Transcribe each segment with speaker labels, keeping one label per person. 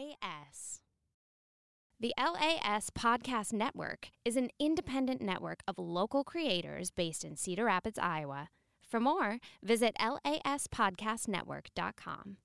Speaker 1: LAS. The LAS Podcast Network is an independent network of local creators based in Cedar Rapids, Iowa. For more, visit laspodcastnetwork.com.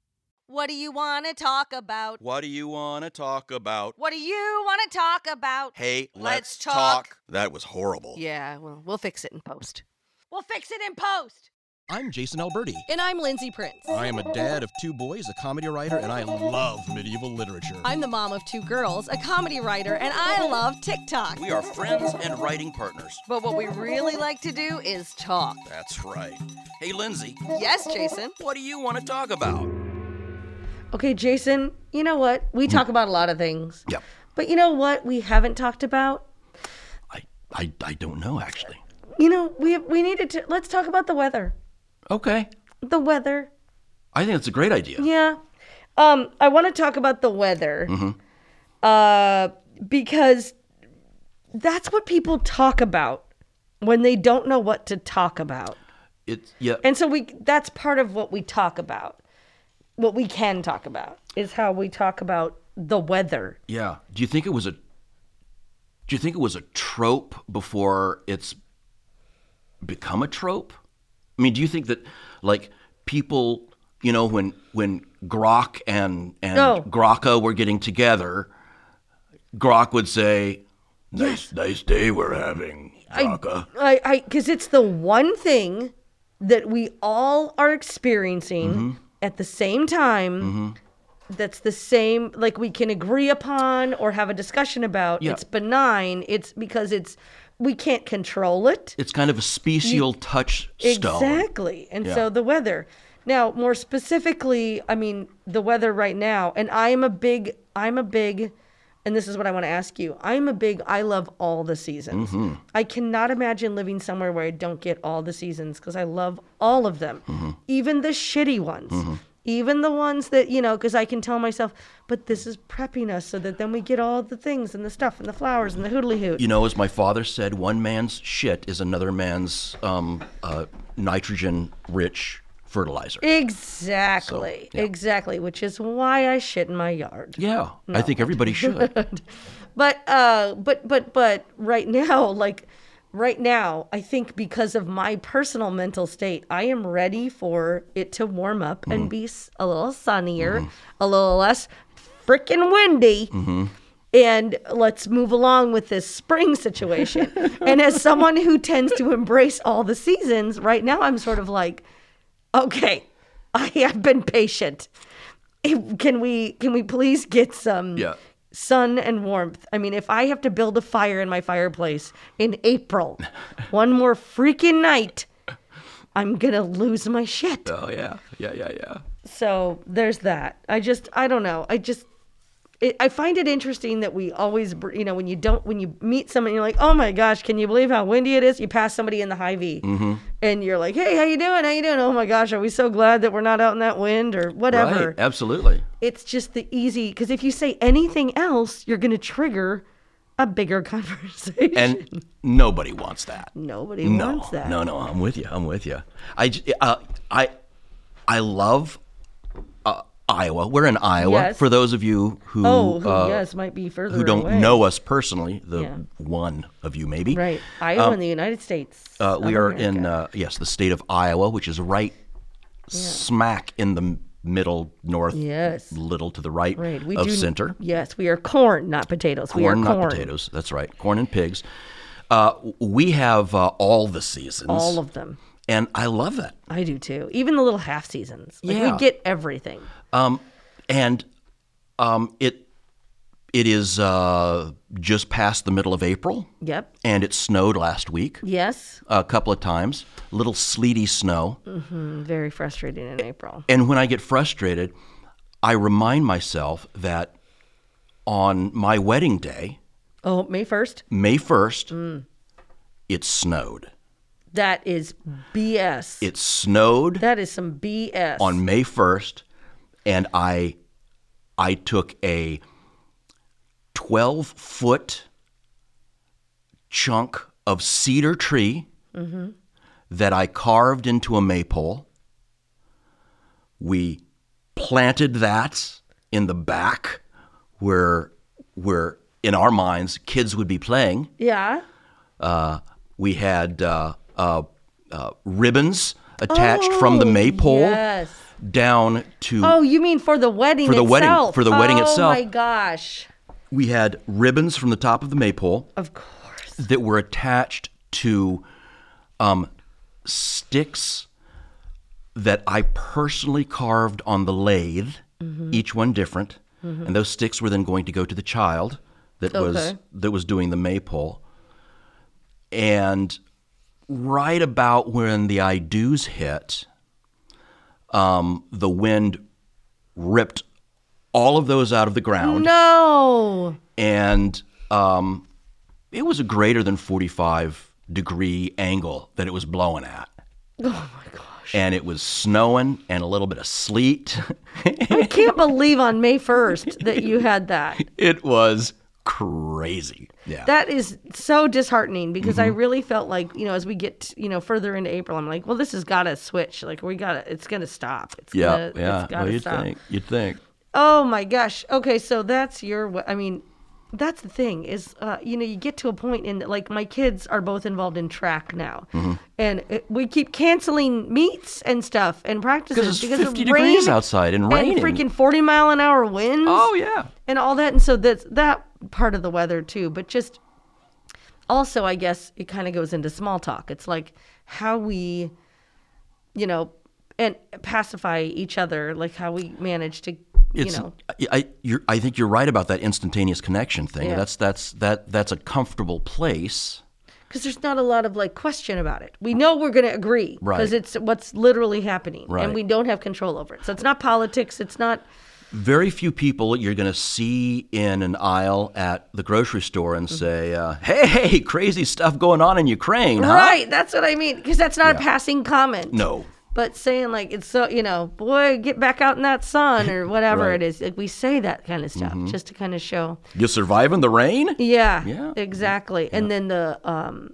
Speaker 2: What do you want to talk about?
Speaker 3: What do you want to talk about?
Speaker 2: What do you want to talk about?
Speaker 3: Hey,
Speaker 2: Let's
Speaker 3: let's,
Speaker 2: talk.
Speaker 3: talk. That was horrible.
Speaker 4: Yeah, well, we'll fix it in post.
Speaker 2: We'll fix it in post.
Speaker 5: I'm Jason Alberti.
Speaker 4: And I'm Lindsay Prince.
Speaker 5: I am a dad of two boys, a comedy writer, and I love medieval literature.
Speaker 4: I'm the mom of two girls, a comedy writer, and I love TikTok.
Speaker 3: We are friends and writing partners.
Speaker 4: But what we really like to do is talk.
Speaker 3: That's right. Hey, Lindsay,
Speaker 4: Yes, Jason.
Speaker 3: what do you want to talk about?
Speaker 4: Okay, Jason, you know what? We talk about a lot of things.
Speaker 3: Yep.
Speaker 4: But you know what we haven't talked about?
Speaker 3: I, I, I don't know, actually.
Speaker 4: You know, we we needed to let's talk about the weather.
Speaker 3: Okay.
Speaker 4: The weather.
Speaker 3: I think that's a great idea.
Speaker 4: Yeah. Um, I want to talk about the weather. Uh, because that's what people talk about when they don't know what to talk about.
Speaker 3: It's, yeah.
Speaker 4: And so we that's part of what we talk about. What we can talk about is how we talk about the weather.
Speaker 3: Yeah. Do you think it was a Do you think it was a trope before it's become a trope? I mean, do you think that like people, you know, when when Grok and and
Speaker 4: No.
Speaker 3: Grokka were getting together, Grok would say, "Nice nice day we're having, Grokka."
Speaker 4: I I cuz it's the one thing that we all are experiencing at the same time. That's the same like we can agree upon or have a discussion about.
Speaker 3: Yeah.
Speaker 4: It's benign. It's because it's we can't control it.
Speaker 3: it's kind of a special touchstone.
Speaker 4: Exactly. And so the weather. Now, more specifically, I mean, the weather right now, and I am a big, I'm a big, and this is what I want to ask you. I'm a big, I love all the seasons. I cannot imagine living somewhere where I don't get all the seasons because I love all of them, even the shitty ones. Even the ones that, you know, because I can tell myself, but this is prepping us so that then we get all the things and the stuff and the flowers and the hoodly hoot.
Speaker 3: You know, as my father said, one man's shit is another man's um, uh, nitrogen-rich fertilizer.
Speaker 4: Exactly. Exactly. Which is why I shit in my yard.
Speaker 3: Yeah, I think everybody should.
Speaker 4: But uh but but but right now, like right now, I think because of my personal mental state, I am ready for it to warm up and be s- a little sunnier, a little less freaking windy. And let's move along with this spring situation. and as someone who tends to embrace all the seasons, right now I'm sort of like, okay, I have been patient. Can we can we please get some
Speaker 3: Yeah.
Speaker 4: sun and warmth. I mean, if I have to build a fire in my fireplace in April, one more freaking night, I'm gonna lose my shit.
Speaker 3: oh yeah, yeah, yeah, yeah.
Speaker 4: So there's that. I just, I don't know. I just, it, I find it interesting that we always, br- you know, when you don't, when you meet someone, you're like, oh my gosh, can you believe how windy it is? You pass somebody in the high V,
Speaker 3: Mm-hmm.
Speaker 4: and you're like, hey, how you doing? How you doing? Oh my gosh, are we so glad that we're not out in that wind or whatever?
Speaker 3: Right, absolutely.
Speaker 4: it's just the easy because if you say anything else, you're going to trigger a bigger conversation.
Speaker 3: And nobody wants that.
Speaker 4: nobody
Speaker 3: No,
Speaker 4: wants that.
Speaker 3: no, no. I'm with you. I'm with you. I, j- uh, I, I love uh, Iowa. We're in Iowa.
Speaker 4: Yes.
Speaker 3: For those of you who,
Speaker 4: Oh, who,
Speaker 3: uh,
Speaker 4: yes, might be further
Speaker 3: who don't
Speaker 4: away.
Speaker 3: know us personally, the
Speaker 4: Yeah.
Speaker 3: one of you maybe.
Speaker 4: Right, Iowa in the United States.
Speaker 3: Um, Uh, we
Speaker 4: of
Speaker 3: are
Speaker 4: America.
Speaker 3: in uh, yes, the state of Iowa, which is right smack in the m- middle north,
Speaker 4: Yes.
Speaker 3: little to the right,
Speaker 4: right. We
Speaker 3: of
Speaker 4: do
Speaker 3: center.
Speaker 4: Yes, we are corn, not potatoes. we are
Speaker 3: corn,
Speaker 4: corn.
Speaker 3: not potatoes. That's right, corn and pigs. Uh, w- we have uh, all the seasons,
Speaker 4: All of them.
Speaker 3: and I love that.
Speaker 4: I do too. Even the little half seasons. Like
Speaker 3: Yeah.
Speaker 4: we get everything.
Speaker 3: Um, and um, it it is uh, just past the middle of April,
Speaker 4: Yep.
Speaker 3: and it snowed last week
Speaker 4: Yes.
Speaker 3: a couple of times. Little sleety snow.
Speaker 4: Very frustrating in April.
Speaker 3: And when I get frustrated, I remind myself that on my wedding day,
Speaker 4: Oh, May 1st?
Speaker 3: May 1st,
Speaker 4: Mm.
Speaker 3: it snowed.
Speaker 4: That is BS.
Speaker 3: It snowed
Speaker 4: that is some BS.
Speaker 3: on May 1st and I I took a 12 foot chunk of cedar tree that I carved into a maypole. We planted that in the back where where in our minds kids would be playing.
Speaker 4: Yeah.
Speaker 3: We had uh, uh, uh, ribbons attached from the maypole
Speaker 4: Yes.
Speaker 3: down to.
Speaker 4: Oh, you mean for the wedding
Speaker 3: For the
Speaker 4: itself?
Speaker 3: wedding- for the wedding
Speaker 4: Oh
Speaker 3: itself.
Speaker 4: my gosh.
Speaker 3: We had ribbons from the top of the maypole
Speaker 4: Of course.
Speaker 3: that were attached to um, sticks that I personally carved on the lathe, each one different, and those sticks were then going to go to the child that was
Speaker 4: Okay.
Speaker 3: that was doing the maypole. And right about when the I do's hit, um, the wind ripped all of those out of the ground
Speaker 4: No.
Speaker 3: and um, it was a greater than 45 degree angle that it was blowing at. Oh my gosh. And it was snowing and a little bit of sleet.
Speaker 4: I can't believe on May 1st that you had that.
Speaker 3: it was crazy. Yeah.
Speaker 4: That is so disheartening because
Speaker 3: Mm-hmm.
Speaker 4: I really felt like, you know, as we get, you know, further into April, I'm like, well, this has got to switch. Like, we got to, it's going to stop. It's
Speaker 3: yeah.
Speaker 4: gonna,
Speaker 3: Yeah.
Speaker 4: It's got
Speaker 3: Well,
Speaker 4: to
Speaker 3: you'd
Speaker 4: stop.
Speaker 3: think. You'd think.
Speaker 4: Oh my gosh. Okay, so that's your. we- I mean, that's the thing is, uh, you know, you get to a point in like my kids are both involved in track now,
Speaker 3: Mm-hmm.
Speaker 4: and it, we keep canceling meets and stuff and practices
Speaker 3: it's 50 degrees outside and raining.
Speaker 4: freaking forty mile an hour winds
Speaker 3: Oh, yeah.
Speaker 4: and all that. And so that's that part of the weather too. But just also, I guess it kind of goes into small talk. It's like how we, you know, and pacify each other, like how we manage to,
Speaker 3: It's,
Speaker 4: you know,
Speaker 3: I, I, you're, I think you're right about that instantaneous connection thing.
Speaker 4: Yeah.
Speaker 3: That's, that's, that, that's a comfortable place.
Speaker 4: because there's not a lot of like question about it. We know we're going to agree
Speaker 3: Right.
Speaker 4: because it's what's literally happening,
Speaker 3: Right.
Speaker 4: and we don't have control over it. So it's not politics. It's not.
Speaker 3: very few people you're going to see in an aisle at the grocery store and
Speaker 4: Mm-hmm.
Speaker 3: say, uh, "Hey, crazy stuff going on in Ukraine, huh?"
Speaker 4: Right, that's what I mean. Because that's not a passing comment.
Speaker 3: No.
Speaker 4: But saying like it's so you know, boy, get back out in that sun or whatever
Speaker 3: Right.
Speaker 4: it is. Like we say that kind of stuff just to kind of show.
Speaker 3: You surviving the rain?
Speaker 4: Yeah.
Speaker 3: Yeah.
Speaker 4: Exactly. And then the um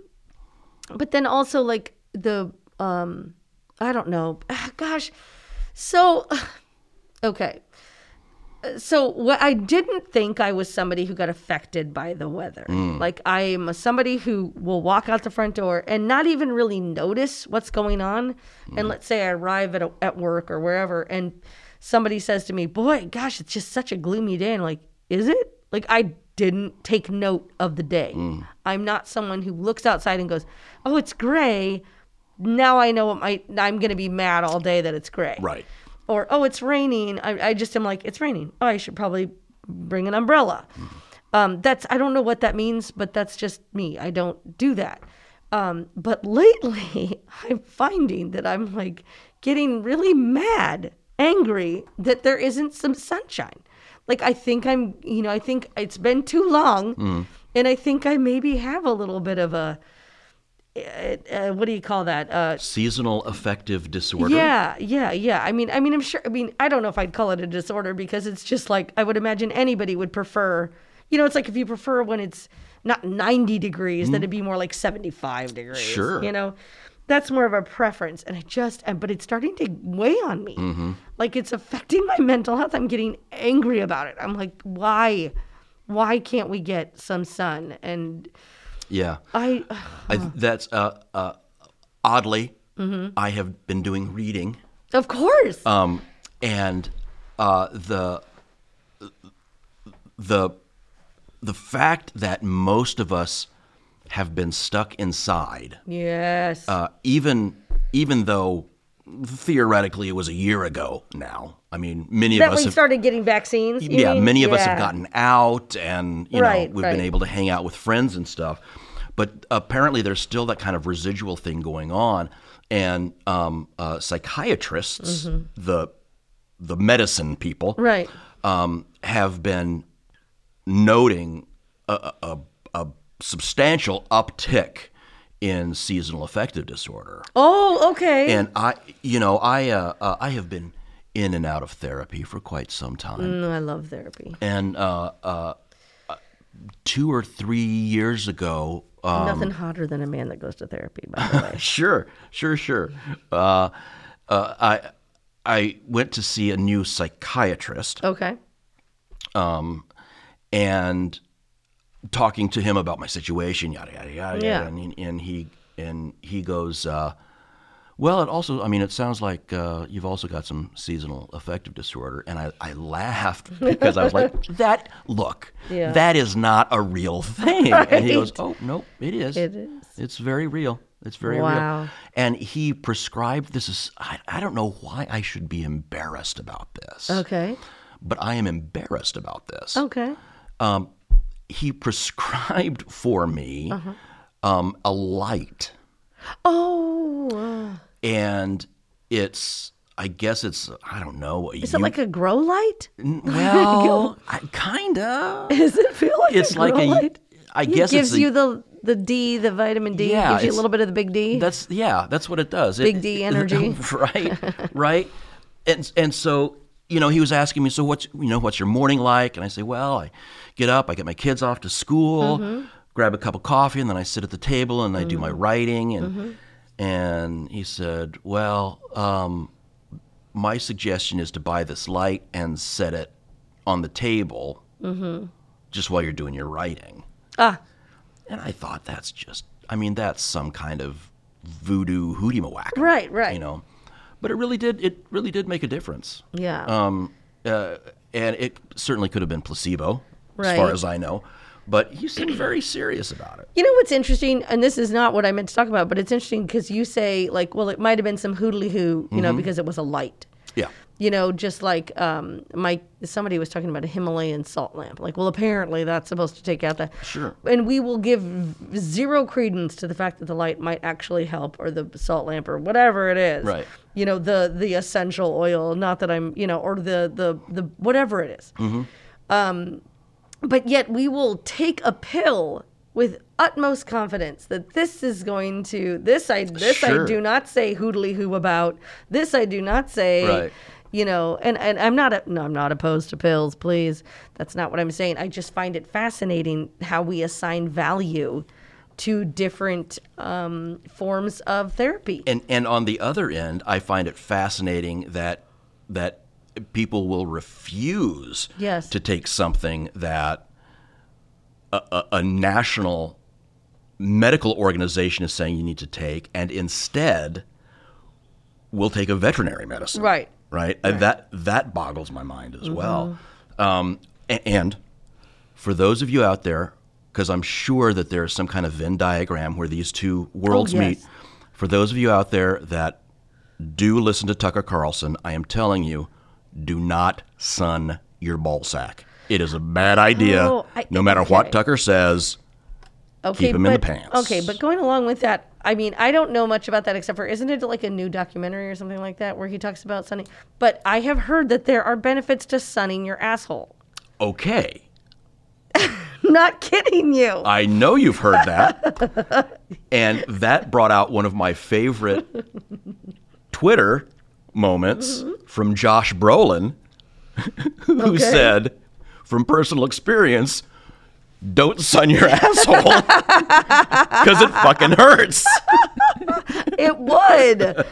Speaker 4: but then also like the um I don't know. Ah, Gosh. So okay. Uh, So what I didn't think I was somebody who got affected by the weather. Like I'm a- somebody who will walk out the front door and not even really notice what's going on. And let's say I arrive at a, at work or wherever and somebody says to me, "Boy, gosh, it's just such a gloomy day." And I'm like, "Is it?" Like I didn't take note of the day. I'm not someone who looks outside and goes, "Oh, it's gray." Now I know what my I'm going to be mad all day that it's gray
Speaker 3: Right.
Speaker 4: or oh it's raining I, I just am like it's raining oh i should probably bring an umbrella um, that's i don't know what that means but that's just me i don't do that um, but lately i'm finding that i'm like getting really mad angry that there isn't some sunshine like i think i'm you know i think it's been too long and i think i maybe have a little bit of a uh, what do you call that uh,
Speaker 3: Seasonal affective disorder.
Speaker 4: yeah, yeah, yeah. I mean, I mean, I'm sure. I mean, I don't know if I'd call it a disorder because it's just like I would imagine anybody would prefer. You know, it's like if you prefer when it's not 90 degrees, then it'd be more like 75 degrees.
Speaker 3: Mm-hmm. Sure.
Speaker 4: You know, that's more of a preference, and I just, and- but it's starting to weigh on me.
Speaker 3: Mm-hmm.
Speaker 4: Like it's affecting my mental health. I'm getting angry about it. I'm like, why, why can't we get some sun? And
Speaker 3: Yeah.
Speaker 4: I,
Speaker 3: I,
Speaker 4: Uh-huh.
Speaker 3: that's uh, uh, oddly,
Speaker 4: Mm-hmm.
Speaker 3: I have been doing reading,
Speaker 4: of course,
Speaker 3: um, and uh, the the the fact that most of us have been stuck inside
Speaker 4: yes,
Speaker 3: uh, even even though theoretically it was a year ago now. I mean, many
Speaker 4: that
Speaker 3: of us
Speaker 4: we
Speaker 3: have
Speaker 4: started getting vaccines. you
Speaker 3: yeah,
Speaker 4: mean?
Speaker 3: many of us
Speaker 4: Yeah.
Speaker 3: have gotten out, and you
Speaker 4: Right,
Speaker 3: know we've
Speaker 4: right.
Speaker 3: been able to hang out with friends and stuff. But apparently, there's still that kind of residual thing going on, and um, uh, psychiatrists, the the medicine people,
Speaker 4: Mm-hmm. Right.
Speaker 3: um, have been noting a, a, a substantial uptick in seasonal affective disorder.
Speaker 4: Oh, okay.
Speaker 3: And I, you know, I uh, uh, I have been in and out of therapy for quite some time,
Speaker 4: Mm, I love therapy.
Speaker 3: and uh, uh, uh, two or three years ago, uh,
Speaker 4: Nothing hotter than a man that goes to therapy, by the way.
Speaker 3: sure, sure, sure, uh, uh, I I went to see a new psychiatrist,
Speaker 4: Okay.
Speaker 3: and talking to him about my situation, yada yada yada,
Speaker 4: Yeah.
Speaker 3: yada and, and he and he goes, uh, well, it also, I mean, it sounds like uh, you've also got some seasonal affective disorder, and I, I laughed because I was like, that look,
Speaker 4: Yeah.
Speaker 3: that is not a real thing, and he goes,
Speaker 4: Right.
Speaker 3: oh nope, it is,
Speaker 4: It is.
Speaker 3: it's very real. It's very
Speaker 4: Wow.
Speaker 3: real. And he prescribed this is I, I don't know why I should be embarrassed about this.
Speaker 4: Okay.
Speaker 3: But I am embarrassed about this
Speaker 4: Okay.
Speaker 3: he prescribed for me um, a light,
Speaker 4: Oh, uh,
Speaker 3: and it's I guess it's I don't know.
Speaker 4: is it like a grow light?
Speaker 3: well, I, kinda.
Speaker 4: Does it feel like
Speaker 3: It's
Speaker 4: a
Speaker 3: like
Speaker 4: grow
Speaker 3: a.
Speaker 4: light?
Speaker 3: I guess
Speaker 4: it gives
Speaker 3: it's a-
Speaker 4: you the the D, the vitamin D.
Speaker 3: Yeah,
Speaker 4: gives you a
Speaker 3: it's-
Speaker 4: little bit of the big D.
Speaker 3: That's yeah, that's what it does. It-
Speaker 4: Big D
Speaker 3: it-
Speaker 4: energy.
Speaker 3: right, right. And and so you know, he was asking me, so what's you know, what's your morning like? And I say, well, I get up, I get my kids off to school,
Speaker 4: Mm-hmm.
Speaker 3: grab a cup of coffee, and then I sit at the table and I do my writing. And
Speaker 4: Mm-hmm.
Speaker 3: and he said, well, um, my suggestion is to buy this light and set it on the table just while you're doing your writing.
Speaker 4: ah,
Speaker 3: And I thought that's just, I mean, that's some kind of voodoo hootie whack.
Speaker 4: Right, right.
Speaker 3: You know, but it really did, it really did make a difference.
Speaker 4: yeah.
Speaker 3: Um, uh, and it certainly could have been placebo, as far
Speaker 4: Right.
Speaker 3: as I know. But he seemed very serious about it.
Speaker 4: You know what's interesting, and this is not what I meant to talk about, but it's interesting because you say like, well, it might have been some hoodly hoo, you
Speaker 3: Mm-hmm.
Speaker 4: know, because it was a light.
Speaker 3: Yeah.
Speaker 4: You know, just like um, my somebody was talking about a Himalayan salt lamp. Like, well, apparently that's supposed to take out the
Speaker 3: Sure.
Speaker 4: And we will give zero credence to the fact that the light might actually help, or the salt lamp, or whatever it is.
Speaker 3: Right.
Speaker 4: You know, the the essential oil. Not that I'm, you know, or the the the whatever it is
Speaker 3: Mm-hmm.
Speaker 4: Um, but yet we will take a pill with utmost confidence that this is going to this I this I
Speaker 3: Sure.
Speaker 4: do not say hoodly who about this I do not say
Speaker 3: Right.
Speaker 4: you know and and I'm not a, no I'm not opposed to pills please that's not what I'm saying I just find it fascinating how we assign value to different um, forms of therapy
Speaker 3: And, and on the other end, I find it fascinating that, that people will refuse
Speaker 4: Yes.
Speaker 3: to take something that a, a, a national medical organization is saying you need to take, and instead will take a veterinary medicine.
Speaker 4: Right. Mm-hmm.
Speaker 3: Right. Uh, That that boggles my mind as well. Um, a- and for those of you out there, because I'm sure that there is some kind of Venn diagram where these two worlds
Speaker 4: Oh, yes.
Speaker 3: meet. For those of you out there that do listen to Tucker Carlson, I am telling you, do not sun your ball sack. It is a bad idea.
Speaker 4: Oh, I-
Speaker 3: no matter
Speaker 4: okay.
Speaker 3: what Tucker says,
Speaker 4: okay,
Speaker 3: him
Speaker 4: but,
Speaker 3: in the pants.
Speaker 4: Okay, but going along with that, I mean, I don't know much about that except for isn't it like a new documentary or something like that where he talks about sunning? But I have heard that there are benefits to sunning your asshole.
Speaker 3: okay.
Speaker 4: Not kidding you.
Speaker 3: I know you've heard that. and that brought out one of my favorite Twitter moments from Josh Brolin, who said, from personal experience, don't sun your asshole because it fucking hurts.
Speaker 4: It would. it,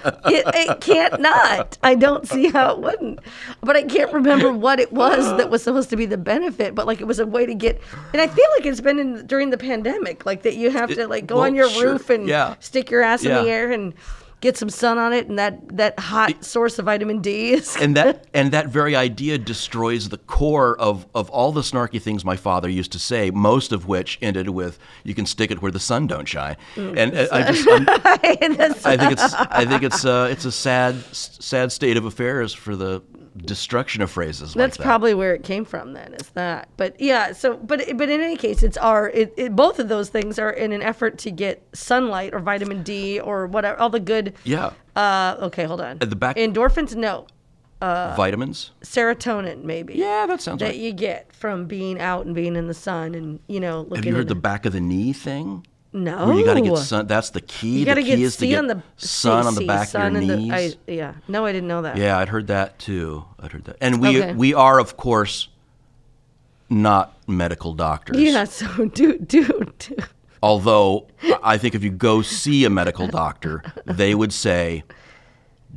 Speaker 4: it can't not. I don't see how it wouldn't. But I can't remember what it was that was supposed to be the benefit. But like it was a way to get. And I feel like it's been in, during the pandemic, like that you have to like go
Speaker 3: well,
Speaker 4: on your
Speaker 3: sure.
Speaker 4: roof and
Speaker 3: Yeah.
Speaker 4: stick your ass in the
Speaker 3: Yeah.
Speaker 4: air and get some sun on it, and that that hot source of vitamin D is.
Speaker 3: and that and that very idea destroys the core of of all the snarky things my father used to say. Most of which ended with "You can stick it where the sun don't shine." And uh, I, I just I'm-
Speaker 4: That's-
Speaker 3: I think it's I think it's uh, it's a sad s- sad state of affairs for the destruction of phrases.
Speaker 4: That's
Speaker 3: like that.
Speaker 4: probably where it came from. Then is that, but yeah. So, but but in any case, it's our it, it, both of those things are in an effort to get sunlight or vitamin D or whatever all the good.
Speaker 3: yeah.
Speaker 4: Uh, okay, hold on.
Speaker 3: At the back-
Speaker 4: endorphins, no,
Speaker 3: Vitamins.
Speaker 4: serotonin maybe.
Speaker 3: Yeah, that sounds
Speaker 4: uh, that
Speaker 3: right.
Speaker 4: you get from being out and being in the sun and you know looking.
Speaker 3: Have you heard the
Speaker 4: in-
Speaker 3: back of the knee thing?
Speaker 4: No.
Speaker 3: Where you got to get sun. That's the
Speaker 4: You
Speaker 3: key. the
Speaker 4: gotta
Speaker 3: key
Speaker 4: get
Speaker 3: is to
Speaker 4: C
Speaker 3: get
Speaker 4: on the
Speaker 3: sun on
Speaker 4: C,
Speaker 3: the back
Speaker 4: sun
Speaker 3: of your
Speaker 4: in
Speaker 3: knees.
Speaker 4: the- I- yeah. No, I didn't know that.
Speaker 3: Yeah, I'd heard that too. I'd heard that. And we
Speaker 4: Okay.
Speaker 3: we are of course not medical doctors.
Speaker 4: Yeah. So do do do.
Speaker 3: Although I- I think if you go see a medical doctor, they would say,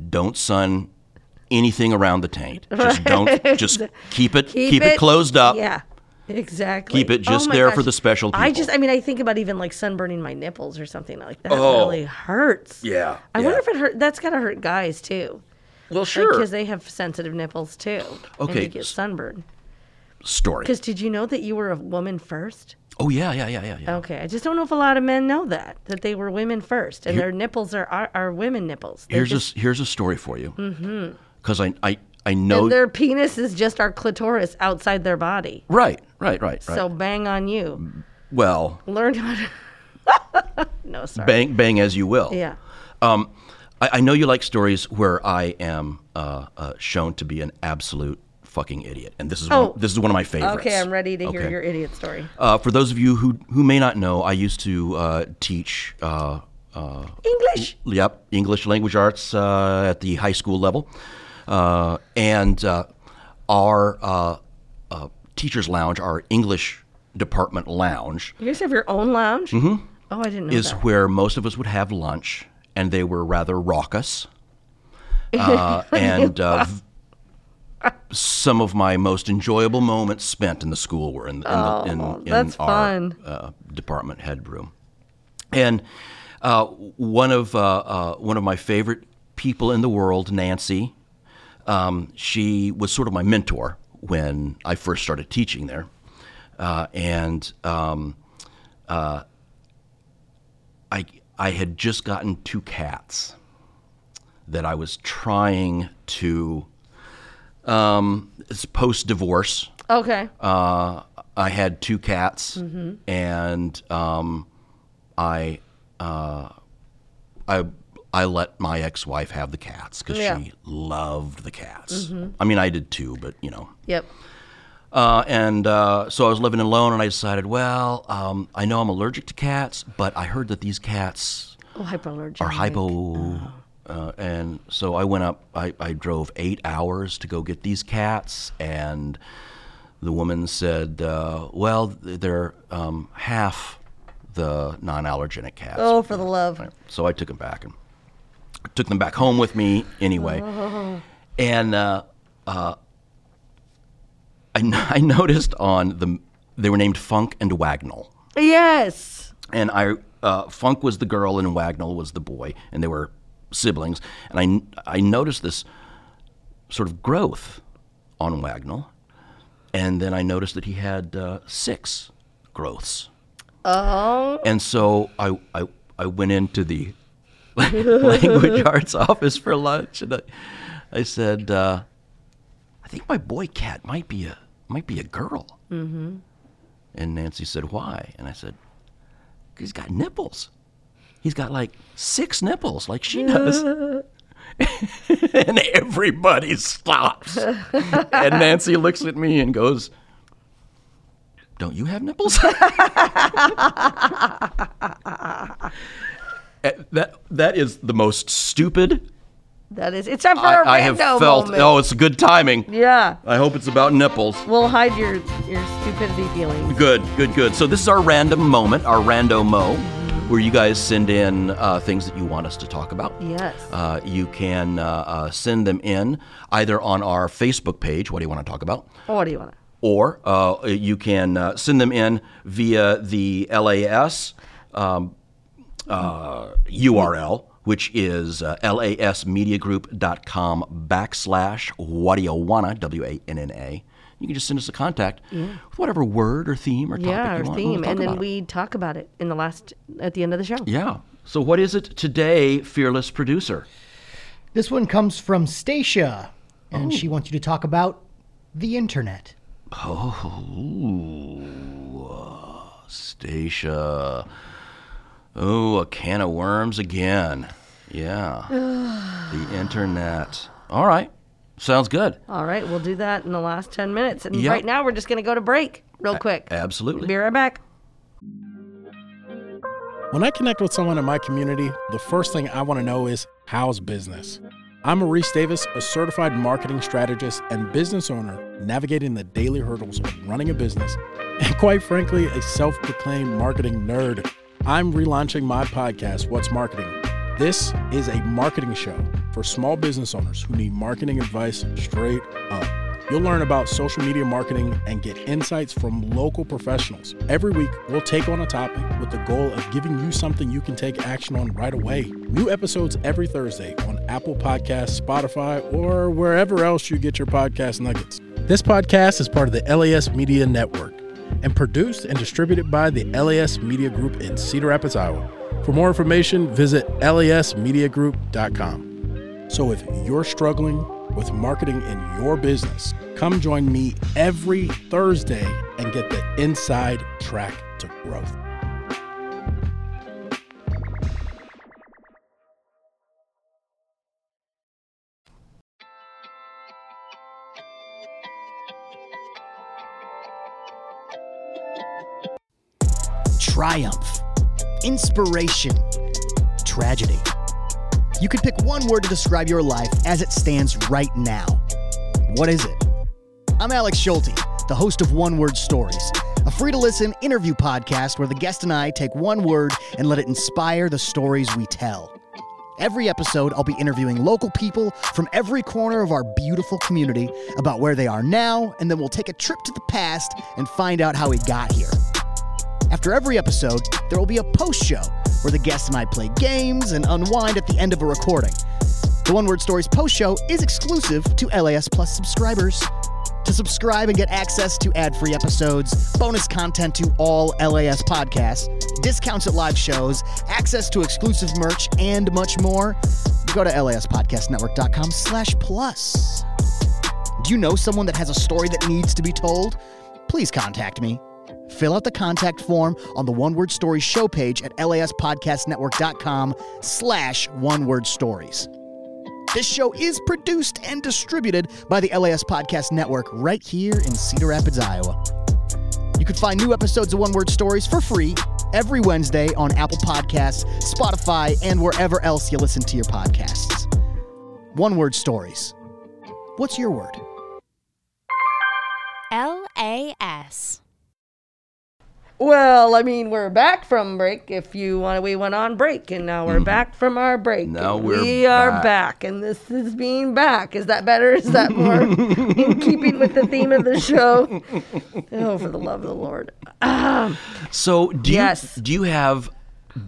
Speaker 3: "Don't sun anything around the taint. Just don't. Just keep it keep, it, closed up.
Speaker 4: Yeah. Exactly. Oh
Speaker 3: Keep it just
Speaker 4: my
Speaker 3: there for the special
Speaker 4: I
Speaker 3: people.
Speaker 4: just, I mean, I think about even like sunburning my nipples or something like that.
Speaker 3: Oh.
Speaker 4: really hurts.
Speaker 3: Yeah,
Speaker 4: I
Speaker 3: yeah.
Speaker 4: wonder if it hurt. That's gotta hurt guys too,
Speaker 3: Well,
Speaker 4: because
Speaker 3: sure.
Speaker 4: they have sensitive nipples too. and
Speaker 3: Okay,
Speaker 4: you get
Speaker 3: s-
Speaker 4: sunburned.
Speaker 3: Story.
Speaker 4: Because did you know that you were a woman first?
Speaker 3: Oh yeah, yeah, yeah, yeah, yeah.
Speaker 4: Okay, I just don't know if a lot of men know that that they were women first, and their nipples are are, are women nipples. They
Speaker 3: here's
Speaker 4: just, Mm-hmm.
Speaker 3: a here's a story for you. Because I I I know.
Speaker 4: and their penis is just our clitoris outside their body.
Speaker 3: Right, right, right, right.
Speaker 4: So bang on you.
Speaker 3: well,
Speaker 4: Learn how to. no, sorry.
Speaker 3: bang bang as you will.
Speaker 4: Yeah.
Speaker 3: Um, I, I know you like stories where I am uh, uh, shown to be an absolute fucking idiot, and this is one
Speaker 4: Oh.
Speaker 3: this is one of my favorites.
Speaker 4: Okay, I'm ready to hear
Speaker 3: Okay.
Speaker 4: your idiot story.
Speaker 3: Uh, for those of you who who may not know, I used to uh, teach. Uh, uh,
Speaker 4: English.
Speaker 3: Yep, English language arts uh, at the high school level, uh, and uh, our uh, uh, teachers' lounge, our English department lounge,
Speaker 4: You guys have your own lounge. Mm-hmm. Oh, I didn't know
Speaker 3: is
Speaker 4: that.
Speaker 3: where most of us would have lunch, and they were rather raucous. Uh, and uh, v- some of my most enjoyable moments spent in the school were in, in, the, in, in
Speaker 4: Oh, that's
Speaker 3: our
Speaker 4: fun.
Speaker 3: Uh, department headroom. And uh, one of uh, uh, one of my favorite people in the world, Nancy, um, she was sort of my mentor when I first started teaching there, uh, and um, uh, I I had just gotten two cats that I was trying to. Um, it's post divorce.
Speaker 4: Okay.
Speaker 3: Uh, I had two cats, and um, I, uh, I, I let my ex-wife have the cats because
Speaker 4: Yeah.
Speaker 3: she loved the cats. I mean, I did too, but you know.
Speaker 4: yep.
Speaker 3: Uh, and uh, so I was living alone, and I decided, well, um, I know I'm allergic to cats, but I heard that these cats
Speaker 4: Oh, hyperallergenic.
Speaker 3: are hypo. Uh, and so I went up, I, I drove eight hours to go get these cats. And the woman said, uh, well, they're um, half the non allergenic cats.
Speaker 4: Oh, for the love.
Speaker 3: So I took them back and took them back home with me anyway. And uh, uh, I, no- I noticed on the, they were named Funk and Wagnall
Speaker 4: Yes.
Speaker 3: and I uh, Funk was the girl and Wagnall was the boy, and they were siblings. And I I noticed this sort of growth on Wagnall, and then I noticed that he had uh, six growths. Oh. And so I I I went into the language arts office for lunch, and I I said. Uh, I think my boy cat might be a might be a girl. Mm-hmm. And Nancy said, "Why?" And I said, he's got nipples. He's got like six nipples, like she does. and everybody stops. and Nancy looks at me and goes, Don't you have nipples? Eh, that, that is the most stupid
Speaker 4: That is. It's time for a
Speaker 3: I, I have
Speaker 4: rando
Speaker 3: felt.
Speaker 4: moment.
Speaker 3: Oh, it's good timing.
Speaker 4: Yeah.
Speaker 3: I hope it's about nipples.
Speaker 4: We'll hide your your stupidity feelings.
Speaker 3: Good, good, good. So this is our random moment, our rando mo, where you guys send in uh, things that you want us to talk about.
Speaker 4: Yes.
Speaker 3: Uh, you can uh, uh, send them in either on our Facebook page. What do you want to talk about?
Speaker 4: Oh, what do you want?
Speaker 3: Or uh, you can uh, send them in via the LAS um, uh, URL, which is uh, lasmediagroup.com backslash whatiawana, W A N N A. You can just send us a contact with whatever word or theme or topic
Speaker 4: Yeah,
Speaker 3: you
Speaker 4: our
Speaker 3: want. We'll
Speaker 4: theme,
Speaker 3: talk
Speaker 4: and then
Speaker 3: about it.
Speaker 4: we talk about it in the last at the end of the show.
Speaker 3: Yeah. So, what is it today, fearless producer?
Speaker 6: This one comes from Stacia, and she wants you to talk about the internet.
Speaker 3: Oh, Stacia. Oh, a can of worms again. Yeah. the internet. All right. Sounds good.
Speaker 4: All right, we'll do that in the last ten minutes, and
Speaker 3: Yep.
Speaker 4: right now we're just gonna go to break real quick.
Speaker 3: Absolutely.
Speaker 4: Be right back.
Speaker 7: When I connect with someone in my community, the first thing I want to know is how's business? I'm Maurice Davis, a certified marketing strategist and business owner navigating the daily hurdles of running a business, and quite frankly, a self proclaimed marketing nerd. I'm relaunching my podcast, What's Marketing? This is a marketing show for small business owners who need marketing advice straight up. You'll learn about social media marketing and get insights from local professionals. Every week, we'll take on a topic with the goal of giving you something you can take action on right away. New episodes every Thursday on Apple Podcasts, Spotify, or wherever else you get your podcast nuggets. This podcast is part of the LAS Media Network and produced and distributed by the LAS Media Group in Cedar Rapids, Iowa. For more information, visit lasmediagroup.com. So if you're struggling with marketing in your business, come join me every Thursday and get the inside track to growth.
Speaker 6: Triumph, inspiration, tragedy. You could pick one word to describe your life as it stands right now. What is it? I'm Alex Schulte, the host of One Word Stories, a free to listen interview podcast where the guest and I take one word and let it inspire the stories we tell. Every episode, I'll be interviewing local people from every corner of our beautiful community about where they are now, and then we'll take a trip to the past and find out how we got here. After every episode, there will be a post show where the guest and I play games and unwind at the end of a recording. The One Word Stories post show is exclusive to LAS Plus subscribers. To subscribe and get access to ad free episodes, bonus content to all LAS podcasts, discounts at live shows, access to exclusive merch, and much more, go to laspodcastnetwork.com slash plus. Do you know someone that has a story that needs to be told? Please contact me. Fill out the contact form on the One Word Stories show page at laspodcastnetwork.com slash one word stories. This show is produced and distributed by the LAS Podcast Network right here in Cedar Rapids, Iowa. You can find new episodes of One Word Stories for free every Wednesday on Apple Podcasts, Spotify, and wherever else you listen to your podcasts. One Word Stories. What's your word?
Speaker 1: LAS.
Speaker 4: Well, I mean, we're back from break. If you want, we went on break, and now we're back from our break.
Speaker 3: Mm-hmm. Now
Speaker 4: and
Speaker 3: we're
Speaker 4: we are
Speaker 3: back.
Speaker 4: back, and this is being back. Is that better? Is that more in keeping with the theme of the show? Oh, for the love of the Lord! Um,
Speaker 3: So do you,
Speaker 4: Yes.
Speaker 3: do you have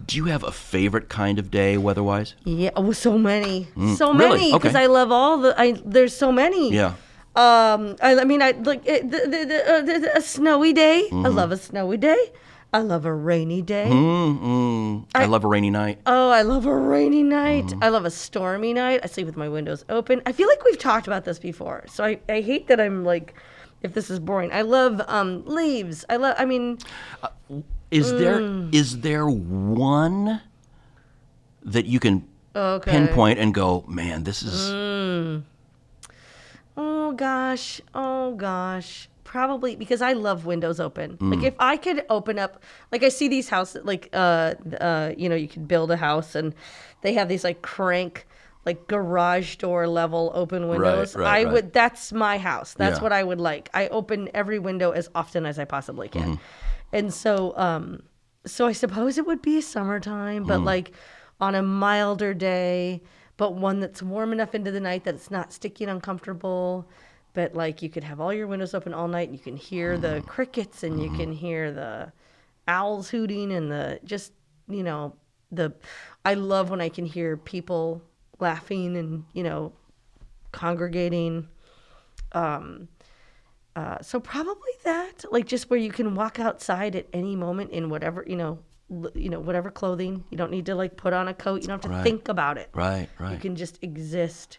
Speaker 3: do you have a favorite kind of day weather-wise?
Speaker 4: Yeah, oh, so many, so
Speaker 3: Mm, really?
Speaker 4: many, because
Speaker 3: Okay.
Speaker 4: I love all the. I there's so many.
Speaker 3: Yeah.
Speaker 4: Um, I, I mean, I like it, the, the, the, uh, the, the- a snowy day. I
Speaker 3: Mm-hmm.
Speaker 4: love a snowy day. I love a rainy day.
Speaker 3: Mm-mm. Mm-hmm. I, love a rainy night.
Speaker 4: Oh, I love a rainy night. I love a stormy night. I sleep with my windows open. I feel like we've talked about this before. So I, I hate that I'm like, if this is boring. I love um, leaves. I love, I mean,
Speaker 3: Is
Speaker 4: Mm.
Speaker 3: there is there one that you can
Speaker 4: okay. Mm.
Speaker 3: pinpoint and go, man, this is
Speaker 4: Oh gosh. Oh gosh. Probably because I love windows open.
Speaker 3: Mm.
Speaker 4: Like if I could open up like I see these houses like uh uh you know you can build a house and they have these like crank like garage door level open windows.
Speaker 3: right,
Speaker 4: I
Speaker 3: right.
Speaker 4: would that's my house. That's
Speaker 3: Yeah.
Speaker 4: what I would like. I open every window as often as I possibly can.
Speaker 3: Mm-hmm.
Speaker 4: And so um so I suppose it would be summertime, but like on a milder day, but one that's warm enough into the night that it's not sticky and uncomfortable. But like you could have all your windows open all night and you can hear the crickets and you can hear the owls hooting and the just, you know, the I love when I can hear people laughing and, you know, congregating. um, Uh, so probably that, like just where you can walk outside at any moment in whatever you know, l- you know whatever clothing. You don't need to like put on a coat. You don't have to think about it.
Speaker 3: right,
Speaker 4: You
Speaker 3: right.
Speaker 4: can just exist,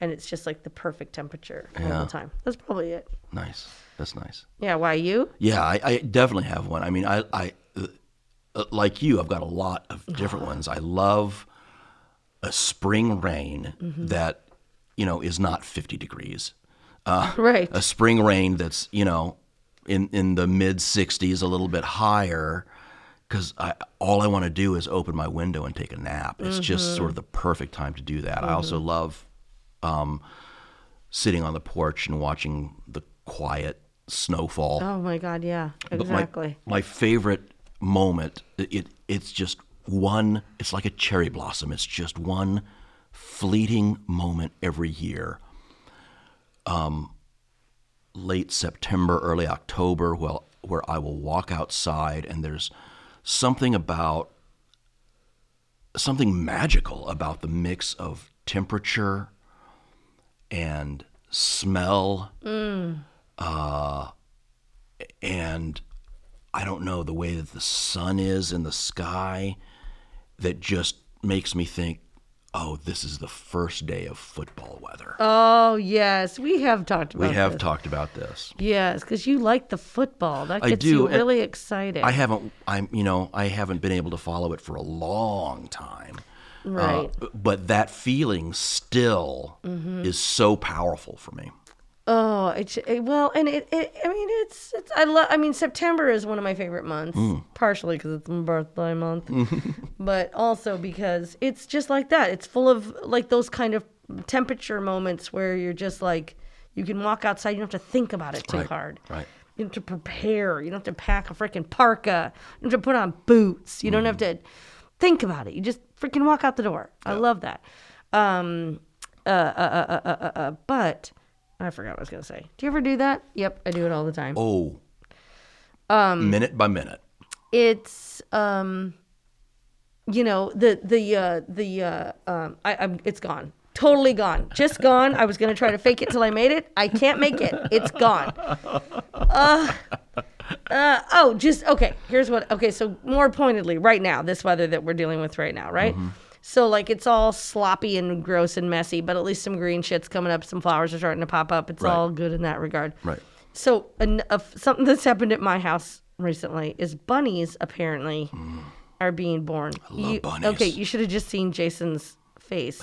Speaker 4: and it's just like the perfect temperature all the time. That's probably it.
Speaker 3: nice. That's nice.
Speaker 4: Yeah. Why you?
Speaker 3: Yeah, I, I definitely have one. I mean, I, I uh, like you, I've got a lot of different ones. I love a spring rain that, you know, is not 50 degrees.
Speaker 4: Right.
Speaker 3: A spring rain that's, you know, in, in the mid 60s, a little bit higher, because I, all I want to do is open my window and take a nap. It's just sort of the perfect time to do that. I also love um, sitting on the porch and watching the quiet snowfall
Speaker 4: oh my God. Yeah.
Speaker 3: but my-
Speaker 4: Exactly.
Speaker 3: My, favorite moment, it, it it's just one. It's like a cherry blossom. It's just one fleeting moment every year. Um, late September, early October, well, where I will walk outside and there's something about something magical about the mix of temperature and smell uh, and I don't know the way that the sun is in the sky that just makes me think, oh, this is the first day of football weather.
Speaker 4: Oh yes, we have talked about.
Speaker 3: we have
Speaker 4: this.
Speaker 3: talked about this.
Speaker 4: Yes, because you like the football. That
Speaker 3: I
Speaker 4: gets
Speaker 3: do,
Speaker 4: you
Speaker 3: and
Speaker 4: really excited.
Speaker 3: I haven't, I'm, you know, I haven't been able to follow it for a long time.
Speaker 4: right. Mm-hmm.
Speaker 3: Uh, but that feeling still is so powerful for me.
Speaker 4: Oh, it's it, well, and it, it. I mean, it's it's. I love. I mean, September is one of my favorite months,
Speaker 3: Mm.
Speaker 4: partially because it's my birthday month, but also because it's just like that. It's full of like those kind of temperature moments where you're just like you can walk outside. You don't have to think about it too
Speaker 3: Right,
Speaker 4: hard.
Speaker 3: right.
Speaker 4: You don't have to prepare. You don't have to pack a freaking parka. You don't have to put on boots. You don't have to
Speaker 3: Mm.
Speaker 4: think about it. You just freaking walk out the door. I love that. Um, uh, uh, uh, uh, uh, uh, uh, but I forgot what I was gonna say. Do you ever do that? Yep, I do it all the time.
Speaker 3: Oh,
Speaker 4: Um,
Speaker 3: minute by minute.
Speaker 4: It's um, you know the the uh, the uh, um, I, I'm it's gone. Totally gone. Just gone. I was gonna try to fake it till I made it. I can't make it. It's gone. Uh, uh, oh, just okay. Here's what. Okay, so more pointedly, right now, this weather that we're dealing with right now, right? So like it's all sloppy and gross and messy, but at least some green shit's coming up. Some flowers are starting to pop up. It's
Speaker 3: Right.
Speaker 4: all good in that regard.
Speaker 3: Right.
Speaker 4: So an, uh, something that's happened at my house recently is bunnies apparently are being born.
Speaker 3: love
Speaker 4: You-
Speaker 3: bunnies.
Speaker 4: Okay, you should have just seen Jason's face.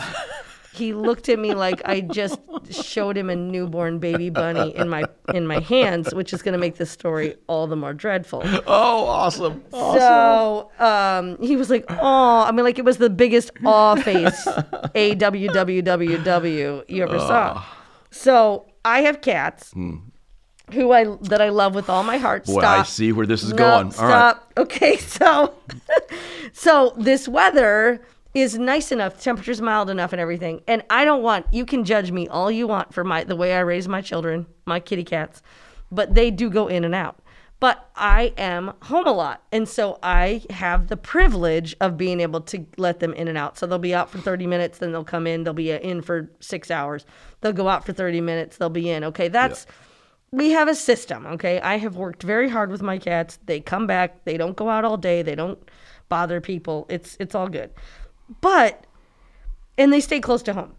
Speaker 4: he looked at me like I just showed him a newborn baby bunny in my in my hands, which is going to make this story all the more dreadful.
Speaker 3: Oh, awesome.
Speaker 4: So um, he was like, "Oh," I mean, like it was the biggest aw face, a w w w w you ever saw. So I have cats who I that I love with all my heart.
Speaker 3: Hmm. Boy,
Speaker 4: stop.
Speaker 3: I see where this is
Speaker 4: No,
Speaker 3: going. All right.
Speaker 4: Stop. Okay, so so this weather is nice enough, temperature's mild enough, and everything. And I don't want you can judge me all you want for my the way I raise my children, my kitty cats, but they do go in and out. But I am home a lot, and so I have the privilege of being able to let them in and out. So they'll be out for 30 minutes, then they'll come in. They'll be in for six hours. They'll go out for 30 minutes. They'll be in. Okay, that's we have a system, okay? I have worked very hard with my cats. They come back, they don't go out all day, they don't bother people. It's it's all good. But and they stay close to home.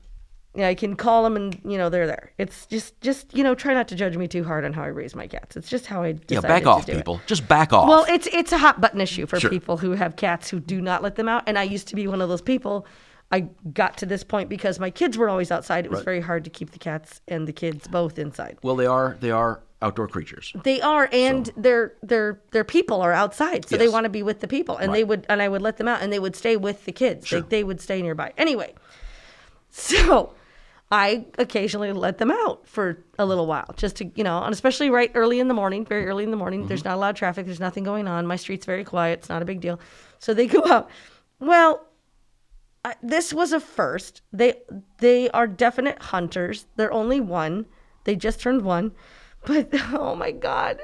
Speaker 4: Yeah, I can call them and you know they're there. It's just just you know try not to judge me too hard on how I raise my cats. It's just how I
Speaker 3: Yeah,
Speaker 4: decided
Speaker 3: back
Speaker 4: to
Speaker 3: off,
Speaker 4: do it.
Speaker 3: people. Just back off.
Speaker 4: Well, it's it's a hot button issue for
Speaker 3: Sure.
Speaker 4: people who have cats who do not let them out. And I used to be one of those people. I got to this point because my kids were always outside. It was very hard to keep the cats and the kids both inside.
Speaker 3: Well, they are they are outdoor creatures.
Speaker 4: They are, and their their their people are outside, so they
Speaker 3: Yes.
Speaker 4: want to be with the people, and they would, and I would let them out, and they would stay with the kids. Like they would stay nearby. Anyway, so I occasionally let them out for a little while, just to you know, and especially right early in the morning, very early in the morning. There's not a lot of traffic. There's nothing going on. My street's very quiet. It's not a big deal. So they go out. Well, I, this was a first. They they are definite hunters. They're only one. They just turned one, but oh my god,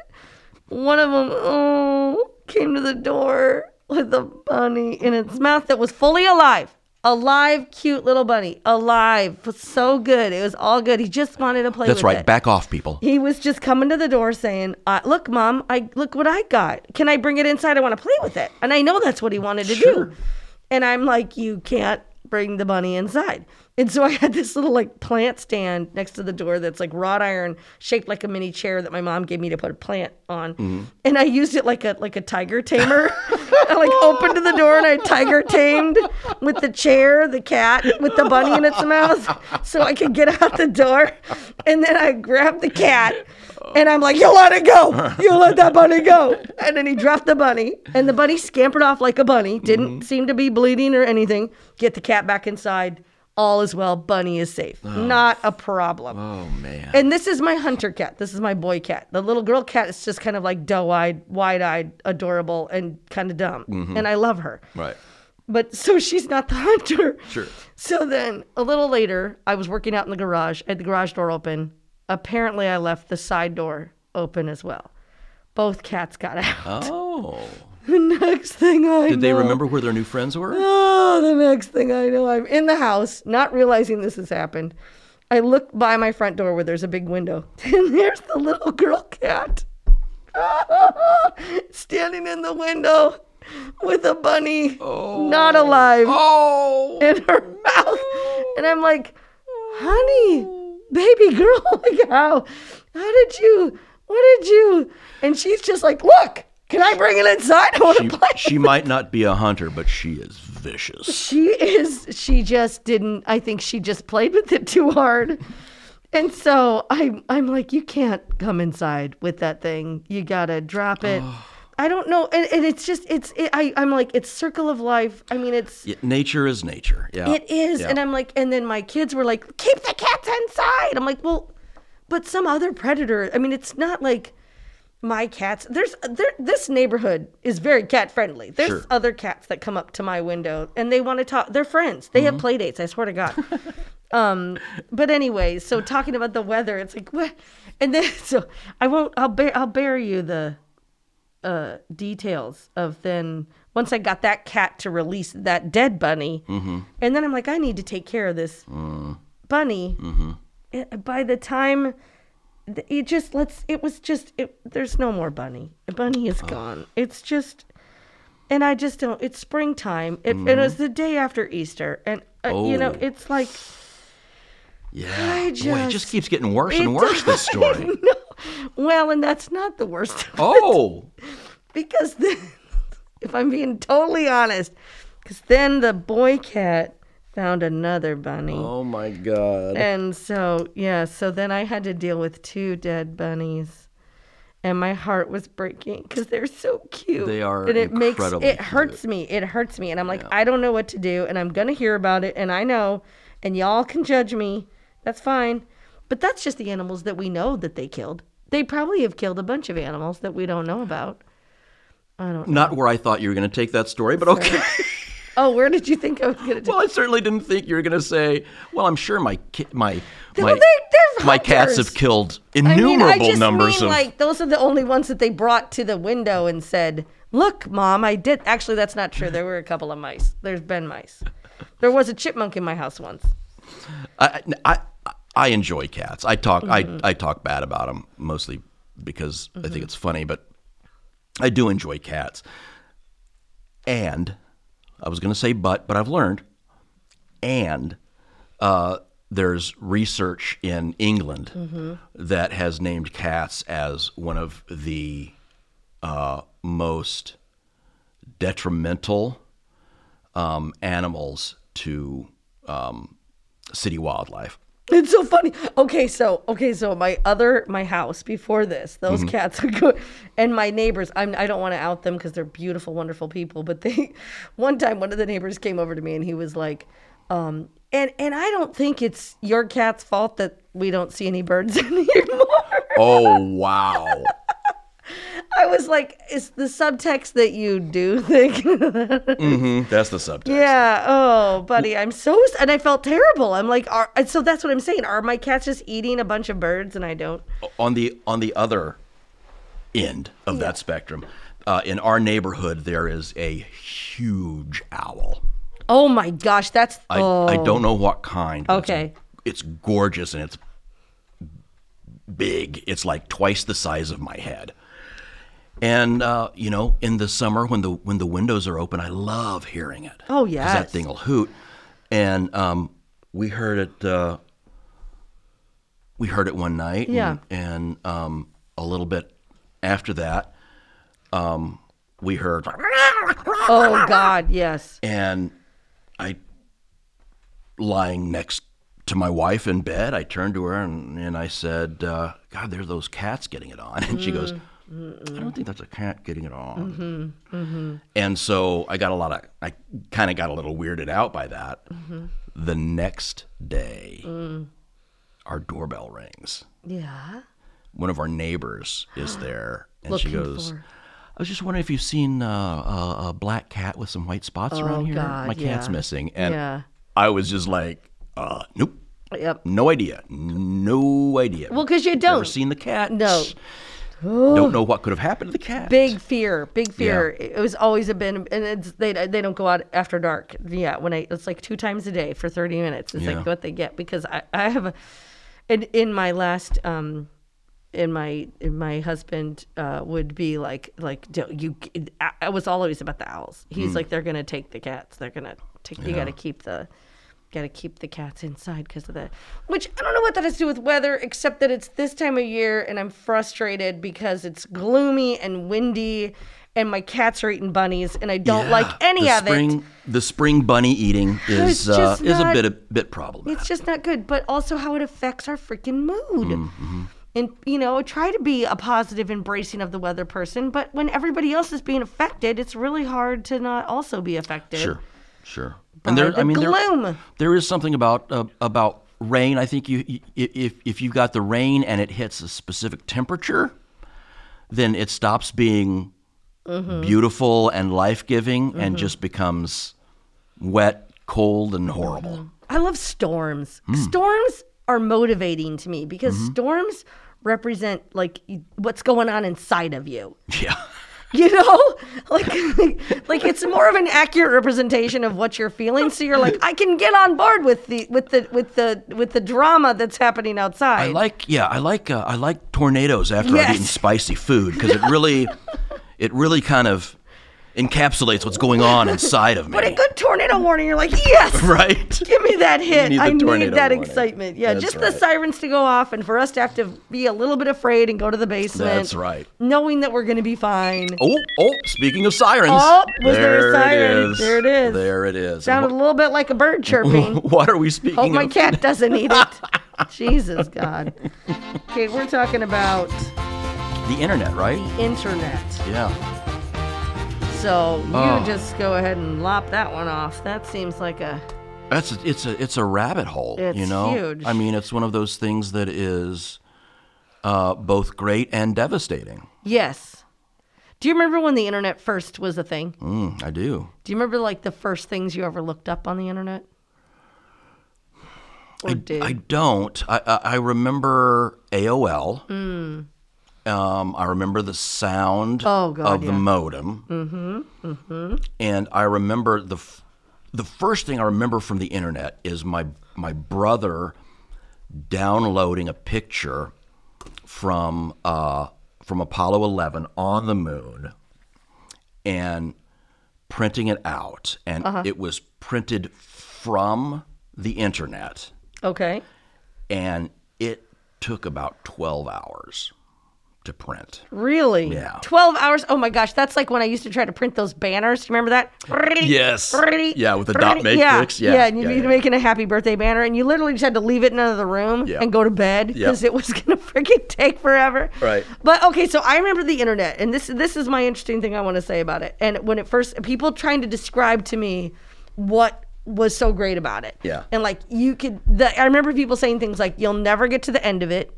Speaker 4: one of them oh came to the door with a bunny in its mouth that was fully alive. Alive, cute little bunny. Alive, was so good. It was all good. He just wanted to play.
Speaker 3: That's
Speaker 4: with
Speaker 3: right.
Speaker 4: It.
Speaker 3: Back off, people.
Speaker 4: He was just coming to the door saying, uh, "Look, mom, I look what I got. Can I bring it inside? I want to play with it." And I know that's what he wanted to do. And I'm like, "You can't bring the bunny inside." And so I had this little like plant stand next to the door that's like wrought iron, shaped like a mini chair that my mom gave me to put a plant on. And I used it like a like a tiger tamer. I like opened the door and I tiger tamed with the chair, the cat with the bunny in its mouth, so I could get out the door. And then I grabbed the cat and I'm like, You let it go. You let that bunny go. And then he dropped the bunny. And the bunny scampered off like a bunny. Didn't seem to be bleeding or anything. Get the cat back inside. All is well. Bunny is safe. Not a problem.
Speaker 3: Oh man.
Speaker 4: And this is my hunter cat. This is my boy cat. The little girl cat is just kind of like doe eyed, wide eyed, adorable, and kind of dumb. And I love her.
Speaker 3: Right.
Speaker 4: But so she's not the hunter.
Speaker 3: Sure.
Speaker 4: So then a little later, I was working out in the garage. I had the garage door open. Apparently, I left the side door open as well. Both cats got out.
Speaker 3: Oh.
Speaker 4: The next thing I
Speaker 3: Did they
Speaker 4: know-
Speaker 3: remember where their new friends were?
Speaker 4: Oh, the next thing I know, I'm in the house, not realizing this has happened. I look by my front door where there's a big window, and there's the little girl cat standing in the window with a bunny, not alive,
Speaker 3: Oh.
Speaker 4: in her mouth. And I'm like, honey, baby girl, like how, how did you, what did you? And she's just like, look, can I bring it inside? I want
Speaker 3: She,
Speaker 4: to play.
Speaker 3: she might not be a hunter, but she is vicious.
Speaker 4: she is she just didn't i think she just played with it too hard and so i'm i'm like you can't come inside with that thing you gotta drop it i don't know and, and it's just it's it, i i'm like it's circle of life i mean it's
Speaker 3: Yeah, nature is nature. Yeah.
Speaker 4: it is and i'm like and then my kids were like keep the cats inside i'm like well but some other predator i mean it's not like my cats there's there this neighborhood is very cat friendly there's
Speaker 3: Sure.
Speaker 4: other cats that come up to my window and they want to talk they're friends they
Speaker 3: Mm-hmm.
Speaker 4: have play dates i swear to god um but anyway so talking about the weather it's like what and then so i won't i'll bear i'll bear you the uh details of then once i got that cat to release that dead bunny
Speaker 3: Mm-hmm.
Speaker 4: and then i'm like i need to take care of this
Speaker 3: Mm.
Speaker 4: bunny
Speaker 3: Mm-hmm.
Speaker 4: it- by the time th- it just let's it was just it, there's no more bunny the bunny
Speaker 3: Oh.
Speaker 4: is gone it's just and i just don't it's springtime it, and it was the day after easter and uh, you know
Speaker 3: Mm-hmm. Oh.
Speaker 4: it's like
Speaker 3: yeah.
Speaker 4: I
Speaker 3: Boy, it just
Speaker 4: just-
Speaker 3: keeps getting worse
Speaker 4: It
Speaker 3: and worse, this story.
Speaker 4: well and that's not the worst
Speaker 3: Oh.
Speaker 4: because then, if I'm being totally honest, because then the boy cat found another bunny.
Speaker 3: Oh, my God.
Speaker 4: And so, yeah, so then I had to deal with two dead bunnies. And my heart was breaking because they're so cute.
Speaker 3: They are
Speaker 4: and it makes
Speaker 3: incredibly
Speaker 4: it hurts me. It hurts me, and I'm like, I don't know what to do, and I'm gonna hear about it, and I know, and y'all can judge me. That's fine, but that's just the animals that we know that they killed. They probably have killed a bunch of animals that we don't know about.
Speaker 3: Not where I thought you were going to take that story, but okay.
Speaker 4: Oh, where did you think I was gonna? do
Speaker 3: Well, I certainly didn't think you were going to say. Well, I'm sure my ki- my my,
Speaker 4: Well, they- they're
Speaker 3: my cats
Speaker 4: hunters.
Speaker 3: have killed
Speaker 4: I
Speaker 3: innumerable
Speaker 4: mean, I just
Speaker 3: numbers
Speaker 4: mean,
Speaker 3: of.
Speaker 4: like those are the only ones that they brought to the window and said, "Look, mom, I did." Actually, that's not true. There were a couple of mice. There's been mice. There was a chipmunk in my house once.
Speaker 3: I, I I- I enjoy cats. I talk I I talk bad about them mostly because I think it's funny, but I do enjoy cats. And I was going to say but, but I've learned. And uh, there's research in England that has named cats as one of the uh, most detrimental um, animals to um, city wildlife.
Speaker 4: It's so funny. Okay, so okay, so my other my house before this, those cats are good, and my neighbors. I'm I don't want to out them because they're beautiful, wonderful people. But they, one time, one of the neighbors came over to me and he was like, um, and and I don't think it's your cat's fault that we don't see any birds anymore.
Speaker 3: Oh wow!
Speaker 4: I was like, is the subtext that you do think?
Speaker 3: Mhm, That's the subtext.
Speaker 4: yeah. Oh, buddy, I'm so s- and I felt terrible. I'm like, are and so that's what I'm saying. Are my cats just eating a bunch of birds and I don't?
Speaker 3: On the on the other end of that spectrum, uh, in our neighborhood there is a huge owl.
Speaker 4: Oh my gosh, that's oh,
Speaker 3: I, I don't know what kind. but it's-
Speaker 4: Okay.
Speaker 3: It's, gorgeous and it's big. It's like twice the size of my head. And uh, you know, in the summer when the when the windows are open, I love hearing it.
Speaker 4: Oh,
Speaker 3: 'Cause
Speaker 4: yes.
Speaker 3: that thing will hoot. And um, we heard it. Uh, we heard it one night. and-
Speaker 4: Yeah.
Speaker 3: And, um, a little bit after that, um, we heard.
Speaker 4: Oh God, yes.
Speaker 3: And I, lying next to my wife in bed, I turned to her and, and I said, uh, God, there's those cats getting it on. And she goes, I don't think that's a cat getting it on. And so I got a lot of, I kind of got a little weirded out by that. The next day, our doorbell rings.
Speaker 4: Yeah.
Speaker 3: One of our neighbors is there. And she
Speaker 4: Looking
Speaker 3: goes,
Speaker 4: for-
Speaker 3: I was just wondering if you've seen uh, a, a black cat with some white spots around here.
Speaker 4: Oh, God,
Speaker 3: My cat's
Speaker 4: yeah.
Speaker 3: missing, and
Speaker 4: Yeah.
Speaker 3: I was just like, uh, "Nope,
Speaker 4: Yep.
Speaker 3: No idea. No idea.
Speaker 4: Well, because you
Speaker 3: never
Speaker 4: don't.
Speaker 3: seen the cat.
Speaker 4: No.
Speaker 3: Don't know what could have happened to the cat.
Speaker 4: big fear, big fear. It was always a been, and it's they they don't go out after dark. Yeah, when I it's like two times a day for thirty minutes. It's
Speaker 3: Yeah.
Speaker 4: like what they get because I I have, a, and in my last um, in my in my husband uh would be like like do you I- I was always about the owls.
Speaker 3: Hmm.
Speaker 4: He's like they're gonna take the cats. They're gonna take. You gotta keep the. Got to keep the cats inside because of that. Which I don't know what that has to do with weather, except that it's this time of year and I'm frustrated because it's gloomy and windy and my cats are eating bunnies and I don't
Speaker 3: Yeah.
Speaker 4: like any
Speaker 3: the
Speaker 4: of
Speaker 3: spring,
Speaker 4: it.
Speaker 3: The spring bunny eating
Speaker 4: It's
Speaker 3: is uh,
Speaker 4: just
Speaker 3: is a
Speaker 4: not-
Speaker 3: bit a bit problematic.
Speaker 4: It's just not good, but also how it affects our freaking mood.
Speaker 3: Mm, mm-hmm.
Speaker 4: And, you know, I try to be a positive, embracing of the weather person, but when everybody else is being affected, it's really hard to not also be affected.
Speaker 3: Sure, sure.
Speaker 4: by the gloom.
Speaker 3: there is something about uh, about rain. I think you, you if if you've got the rain and it hits a specific temperature, then it stops being
Speaker 4: Mm-hmm.
Speaker 3: beautiful and life giving and just becomes wet, cold, and horrible.
Speaker 4: I love storms.
Speaker 3: Mm.
Speaker 4: Storms are motivating to me because
Speaker 3: Mm-hmm.
Speaker 4: storms represent like y- what's going on inside of you.
Speaker 3: Yeah.
Speaker 4: You know? Like like it's more of an accurate representation of what you're feeling so you're like I can get on board with the with the with the with the drama that's happening outside.
Speaker 3: I like yeah, I like uh, I like tornadoes after I've
Speaker 4: Yes.
Speaker 3: eaten spicy food because it really it really kind of encapsulates what's going on inside of me.
Speaker 4: but a good tornado warning you're like, "Yes."
Speaker 3: right?
Speaker 4: Give me that hit.
Speaker 3: need the
Speaker 4: I
Speaker 3: tornado
Speaker 4: need that
Speaker 3: warning.
Speaker 4: excitement. Yeah,
Speaker 3: That's
Speaker 4: just the
Speaker 3: right.
Speaker 4: sirens to go off and for us to have to be a little bit afraid and go to the basement.
Speaker 3: That's right.
Speaker 4: Knowing that we're going to be fine.
Speaker 3: Oh, oh, speaking of sirens.
Speaker 4: Oh, was there a
Speaker 3: It
Speaker 4: siren?
Speaker 3: is.
Speaker 4: There it is.
Speaker 3: There it is.
Speaker 4: Sounded a
Speaker 3: And
Speaker 4: little bit like a bird chirping.
Speaker 3: wh- what are we speaking
Speaker 4: Hope my
Speaker 3: of?
Speaker 4: cat doesn't eat it. Jesus God. Okay, we're talking about
Speaker 3: The internet, right?
Speaker 4: internet.
Speaker 3: Yeah.
Speaker 4: So you
Speaker 3: Oh.
Speaker 4: just go ahead and lop that one off. That seems like a
Speaker 3: That's a, it's a it's a rabbit hole, you
Speaker 4: It's
Speaker 3: know.
Speaker 4: huge.
Speaker 3: I mean, it's one of those things that is uh, both great and devastating.
Speaker 4: yes. Do you remember when the internet first was a thing?
Speaker 3: Mm, I do.
Speaker 4: Do you remember like the first things you ever looked up on the internet? Or
Speaker 3: I,
Speaker 4: did?
Speaker 3: I don't. I, I, I remember AOL. Um, I remember the sound
Speaker 4: Mm. Oh, God,
Speaker 3: of the
Speaker 4: yeah.
Speaker 3: modem. Mm-hmm. Mm-hmm. And I remember the f- the first thing I remember from the internet is my my brother downloading a picture from uh, from Apollo 11 on the moon and printing it out, and
Speaker 4: Uh-huh.
Speaker 3: it was printed from the internet
Speaker 4: okay.
Speaker 3: and it took about 12 hours to print.
Speaker 4: Really?
Speaker 3: Yeah.
Speaker 4: 12 hours. Oh my gosh. That's like when I used to try to print those banners. Do you remember that?
Speaker 3: Yes. Yeah, with the dot
Speaker 4: Yeah.
Speaker 3: matrix. Yeah.
Speaker 4: Yeah. And you'd
Speaker 3: Yeah,
Speaker 4: be
Speaker 3: yeah.
Speaker 4: making a happy birthday banner, and you literally just had to leave it in another room
Speaker 3: Yeah.
Speaker 4: and go to bed
Speaker 3: Yeah.
Speaker 4: because it was going to freaking take forever.
Speaker 3: Right.
Speaker 4: But okay, so I remember the internet, and this this is my interesting thing I want to say about it. And when it first, people trying to describe to me what was so great about it.
Speaker 3: Yeah.
Speaker 4: And like you could, the, I remember people saying things like, "You'll never get to the end of it.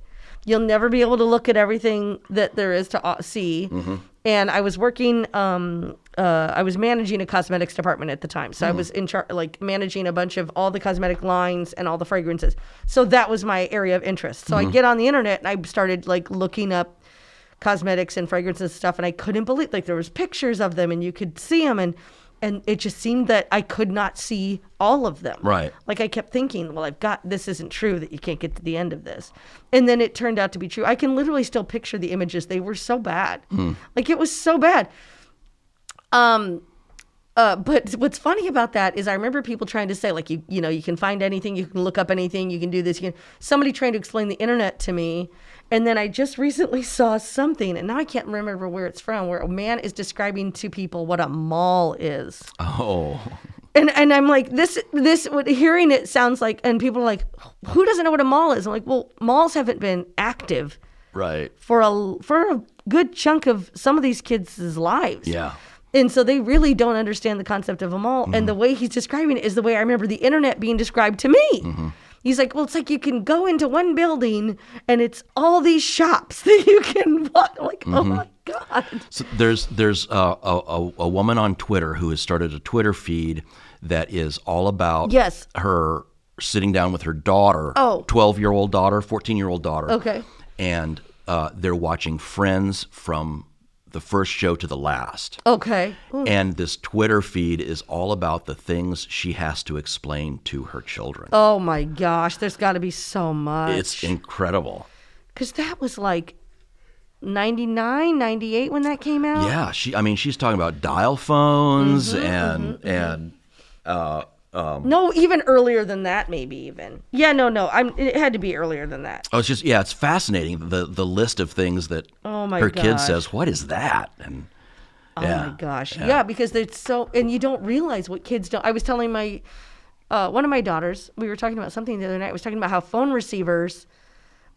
Speaker 4: You'll never be able to look at everything that there is to au- see." And I was working. Um, uh, I was managing a cosmetics department at the time, so I was in charge, like managing a bunch of all the cosmetic lines and all the fragrances. So that was my area of interest. So I get on the internet and I started like looking up cosmetics and fragrances and stuff and I couldn't believe like there was pictures of them and you could see them and and it just seemed that I could not see all of them.
Speaker 3: Right.
Speaker 4: Like I kept thinking, well I've got this isn't true that you can't get to the end of this. And then it turned out to be true. I can literally still picture the images. They were so bad. Like it was so bad. Um uh, but what's funny about that is I remember people trying to say like you you know you can find anything you can look up anything you can do this you can somebody trying to explain the internet to me and then I just recently saw something and now I can't remember where it's from where a man is describing to people what a mall is
Speaker 3: Oh.
Speaker 4: and and I'm like this this what hearing it sounds like and people are like who doesn't know what a mall is I'm like well malls haven't been active
Speaker 3: Right.
Speaker 4: for a for a good chunk of some of these kids' lives
Speaker 3: Yeah.
Speaker 4: and so they really don't understand the concept of a mall. And the way he's describing it is the way I remember the internet being described to me. He's like, well, it's like you can go into one building and it's all these shops that you can walk. Like, oh my God.
Speaker 3: So there's there's a, a, a- a woman on Twitter who has started a Twitter feed that is all about
Speaker 4: Yes.
Speaker 3: her sitting down with her daughter,
Speaker 4: Oh.
Speaker 3: 12 year old daughter, 14 year old daughter.
Speaker 4: Okay.
Speaker 3: And uh, they're watching Friends from the first show to the last.
Speaker 4: Okay.
Speaker 3: And this Twitter feed is all about the things she has to explain to her children.
Speaker 4: Oh my gosh, there's got to be so
Speaker 3: It's
Speaker 4: much.
Speaker 3: incredible.
Speaker 4: Because that was like 99, 98 when that came out.
Speaker 3: Yeah, she. I mean, she's talking about dial phones
Speaker 4: Mm-hmm,
Speaker 3: and and
Speaker 4: No, even earlier than that, maybe even. Yeah, no, no. I'm. It had to be earlier than that.
Speaker 3: oh, it's just yeah, it's fascinating the the list of things that
Speaker 4: Oh my
Speaker 3: her kid
Speaker 4: gosh.
Speaker 3: says. What is that? And yeah,
Speaker 4: Oh my gosh. Yeah, because it's so, and you don't realize what kids don't. I was telling my, uh, one of my daughters, we were talking about something the other night. I was talking about how phone receivers,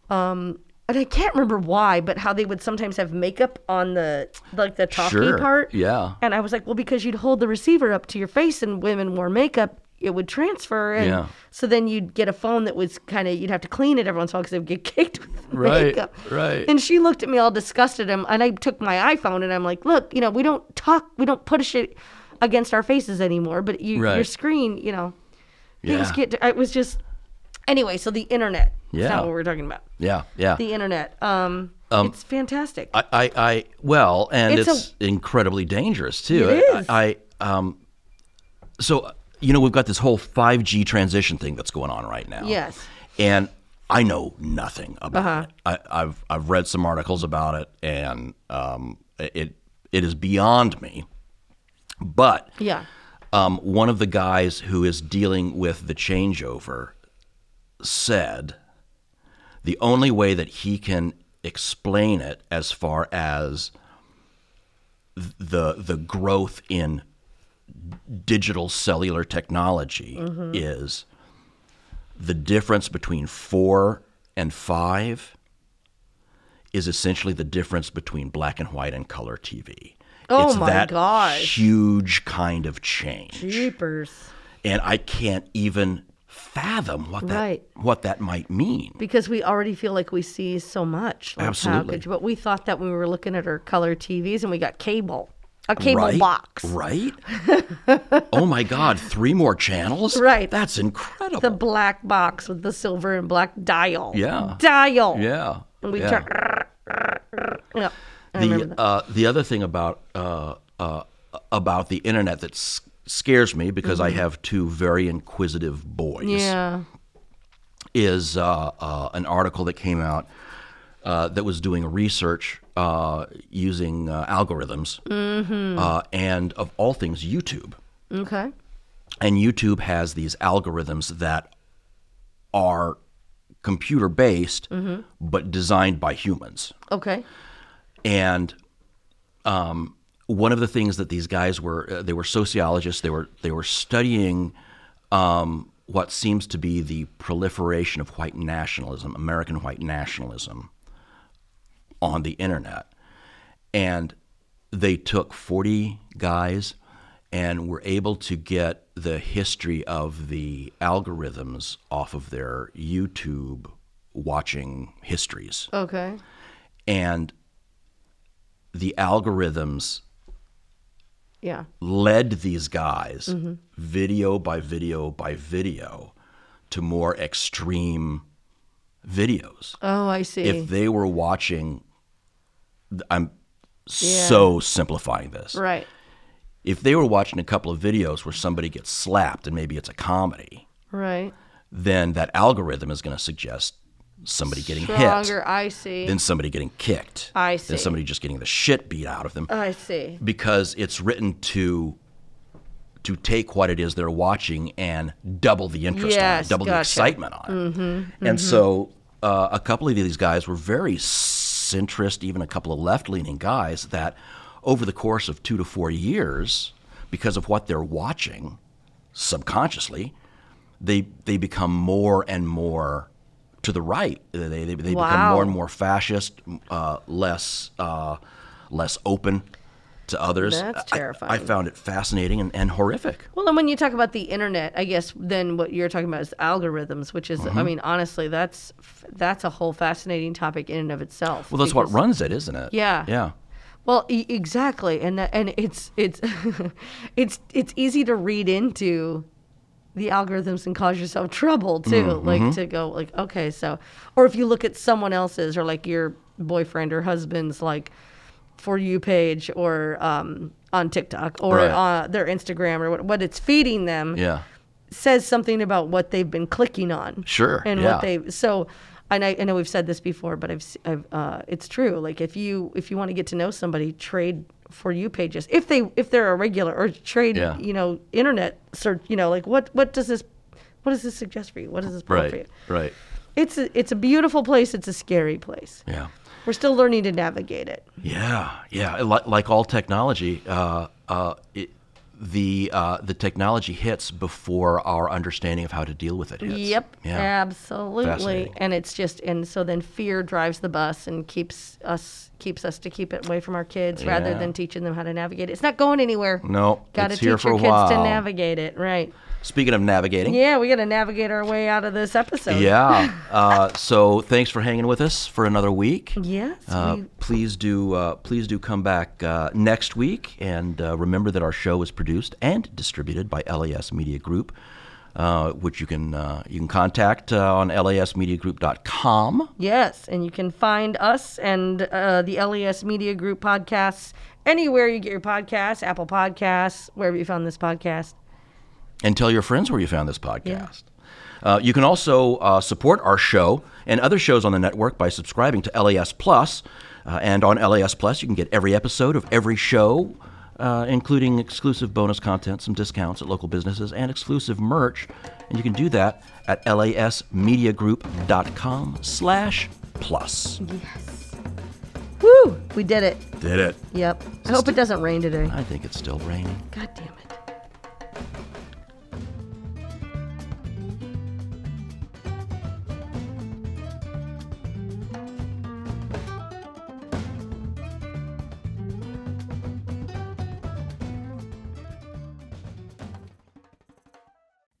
Speaker 4: um, and I can't remember why, but how they would sometimes have makeup on the like the talkie
Speaker 3: Sure.
Speaker 4: part.
Speaker 3: Yeah.
Speaker 4: And I was like, well, because you'd hold the receiver up to your face, and women wore makeup, it would transfer. And
Speaker 3: Yeah.
Speaker 4: So then you'd get a phone that was kind of you'd have to clean it every once in a while because it would get kicked with
Speaker 3: Right,
Speaker 4: makeup.
Speaker 3: right.
Speaker 4: And she looked at me all disgusted, and, and I took my iPhone and I'm like, look, you know, we don't talk, we don't push it against our faces anymore, but you, your
Speaker 3: Right.
Speaker 4: screen, you know, things
Speaker 3: Yeah.
Speaker 4: get. It was just anyway. So the internet. That's
Speaker 3: Yeah.
Speaker 4: not what we're talking about.
Speaker 3: yeah, yeah.
Speaker 4: The internet. Um, it's fantastic.
Speaker 3: I, I, I well, and
Speaker 4: It's
Speaker 3: it's,
Speaker 4: a-
Speaker 3: incredibly dangerous too.
Speaker 4: It is.
Speaker 3: I, I um, so you know we've got this whole five G transition thing that's going on right now.
Speaker 4: Yes. Uh-huh.
Speaker 3: and I know nothing about it. I, I've I've read some articles about it, and um, it it is beyond me. But
Speaker 4: yeah.
Speaker 3: um, one of the guys who is dealing with the changeover said the only way that he can explain it as far as th- the the growth in digital cellular technology
Speaker 4: Mm-hmm.
Speaker 3: is the difference between 4 and 5 is essentially the difference between black and white and color TV.
Speaker 4: Oh
Speaker 3: it's
Speaker 4: my
Speaker 3: that
Speaker 4: gosh.
Speaker 3: huge kind of change
Speaker 4: Jeepers.
Speaker 3: and I can't even fathom what that
Speaker 4: Right.
Speaker 3: what that might mean.
Speaker 4: Because we already feel like we see so much. Like, how
Speaker 3: Absolutely.
Speaker 4: could you- but we thought that when we were looking at our color TVs and we got cable, a cable
Speaker 3: right?
Speaker 4: box.
Speaker 3: right? oh my God! Three more channels?
Speaker 4: Right.
Speaker 3: That's incredible.
Speaker 4: The black box with the silver and black dial.
Speaker 3: Yeah.
Speaker 4: Dial.
Speaker 3: yeah.
Speaker 4: And we
Speaker 3: yeah.
Speaker 4: turn. Yeah. I remember
Speaker 3: the
Speaker 4: that.
Speaker 3: uh, the other thing about uh, uh, about the internet that s- scares me because I have two very inquisitive boys.
Speaker 4: Mm-hmm. yeah.
Speaker 3: is uh, uh, an article that came out uh, that was doing research uh, using uh, algorithms uh, and, of all things, YouTube.
Speaker 4: Okay.
Speaker 3: And YouTube has these algorithms that are computer based but designed by humans.
Speaker 4: Okay.
Speaker 3: And um, one of the things that these guys were uh, they were sociologists, they were they were studying um, what seems to be the proliferation of white nationalism, American white nationalism on the internet. And they took 40 guys and were able to get the history of the algorithms off of their YouTube watching histories
Speaker 4: Okay.
Speaker 3: and the algorithms
Speaker 4: Yeah.
Speaker 3: led these guys
Speaker 4: Mm-hmm.
Speaker 3: video by video by video to more extreme videos
Speaker 4: Oh, I see.
Speaker 3: if they were watching i'm so simplifying this
Speaker 4: right.
Speaker 3: if they were watching a couple of videos where somebody gets slapped and maybe it's a comedy
Speaker 4: Right.
Speaker 3: then that algorithm is going to suggest somebody getting
Speaker 4: Stronger.
Speaker 3: hit
Speaker 4: I see.
Speaker 3: then somebody getting kicked
Speaker 4: I see.
Speaker 3: then somebody just getting the shit beat out of them
Speaker 4: I see.
Speaker 3: because it's written to to take what it is they're watching and double the interest on
Speaker 4: Yes,
Speaker 3: it, double the
Speaker 4: gotcha. Mm-hmm,
Speaker 3: excitement on it. And so uh, a couple of these guys were very centrist, even a couple of left leaning guys that over the course of two to four years, because of what they're watching subconsciously, they they become more and more to the right. They, they, they become
Speaker 4: Wow.
Speaker 3: more and more fascist, uh, less uh, less open to others.
Speaker 4: That's
Speaker 3: I- I- I,
Speaker 4: terrifying.
Speaker 3: found it fascinating and, and horrific.
Speaker 4: Well, and when you talk about the internet, I guess then what you're talking about is algorithms, which is,
Speaker 3: Mm-hmm.
Speaker 4: I mean, honestly, that's f- that's a whole fascinating topic in and of itself.
Speaker 3: Well, that's
Speaker 4: because-
Speaker 3: what runs it, isn't it?
Speaker 4: Yeah.
Speaker 3: Yeah.
Speaker 4: Well, e- exactly, and that, and it's it's it's it's easy to read into the algorithms and cause yourself trouble too. Like to go like, okay, so or if you look at someone else's or like your boyfriend or husband's like for you page or um on TikTok or
Speaker 3: Right.
Speaker 4: uh, their Instagram or what, what it's feeding them
Speaker 3: Yeah.
Speaker 4: says something about what they've been clicking on.
Speaker 3: Sure,
Speaker 4: And
Speaker 3: yeah.
Speaker 4: what they so and I, I know we've said this before, but I've, s- I've uh, it's true. Like if you if you want to get to know somebody, trade for you pages. If they if they're a regular or trade
Speaker 3: Yeah.
Speaker 4: you know internet search. You know like what what does this what does this suggest for you? What is this
Speaker 3: Right.
Speaker 4: appropriate?
Speaker 3: Right.
Speaker 4: It's a, it's a beautiful place. It's a scary place.
Speaker 3: Yeah.
Speaker 4: We're still learning to navigate it.
Speaker 3: Yeah, yeah. Like, like all technology, uh, uh, it, the uh, the technology hits before our understanding of how to deal with it hits.
Speaker 4: Yep,
Speaker 3: Yeah.
Speaker 4: absolutely.
Speaker 3: Fascinating.
Speaker 4: And it's just and so then fear drives the bus and keeps us keeps us to keep it away from our kids rather
Speaker 3: Yeah.
Speaker 4: than teaching them how to navigate it. It's not going anywhere.
Speaker 3: No,
Speaker 4: got to teach
Speaker 3: it's here
Speaker 4: your
Speaker 3: for a
Speaker 4: kids to
Speaker 3: while.
Speaker 4: navigate it, right?
Speaker 3: Speaking of navigating.
Speaker 4: Yeah, we got to navigate our way out of this episode.
Speaker 3: Yeah. Uh, so thanks for hanging with us for another week.
Speaker 4: Yes.
Speaker 3: Uh,
Speaker 4: we,
Speaker 3: please do uh, please do come back uh, next week and uh, remember that our show is produced and distributed by LAS Media Group, uh, which you can uh, you can contact uh, on lasmediagroup.com.
Speaker 4: yes, and you can find us and uh, the LES Media Group podcasts anywhere you get your podcasts, Apple Podcasts, wherever you found this podcast.
Speaker 3: and tell your friends where you found this podcast. Uh, you can also uh, support our show and other shows on the network by subscribing to LAS Plus. Uh, and on LAS Plus, you can get every episode of every show, uh, including exclusive bonus content, some discounts at local businesses, and exclusive merch. And you can do that at lasmediagroup.com slash plus.
Speaker 4: Woo! We did it.
Speaker 3: Did it.
Speaker 4: Yep. I hope it doesn't rain today.
Speaker 3: I think it's still raining.
Speaker 4: God damn it.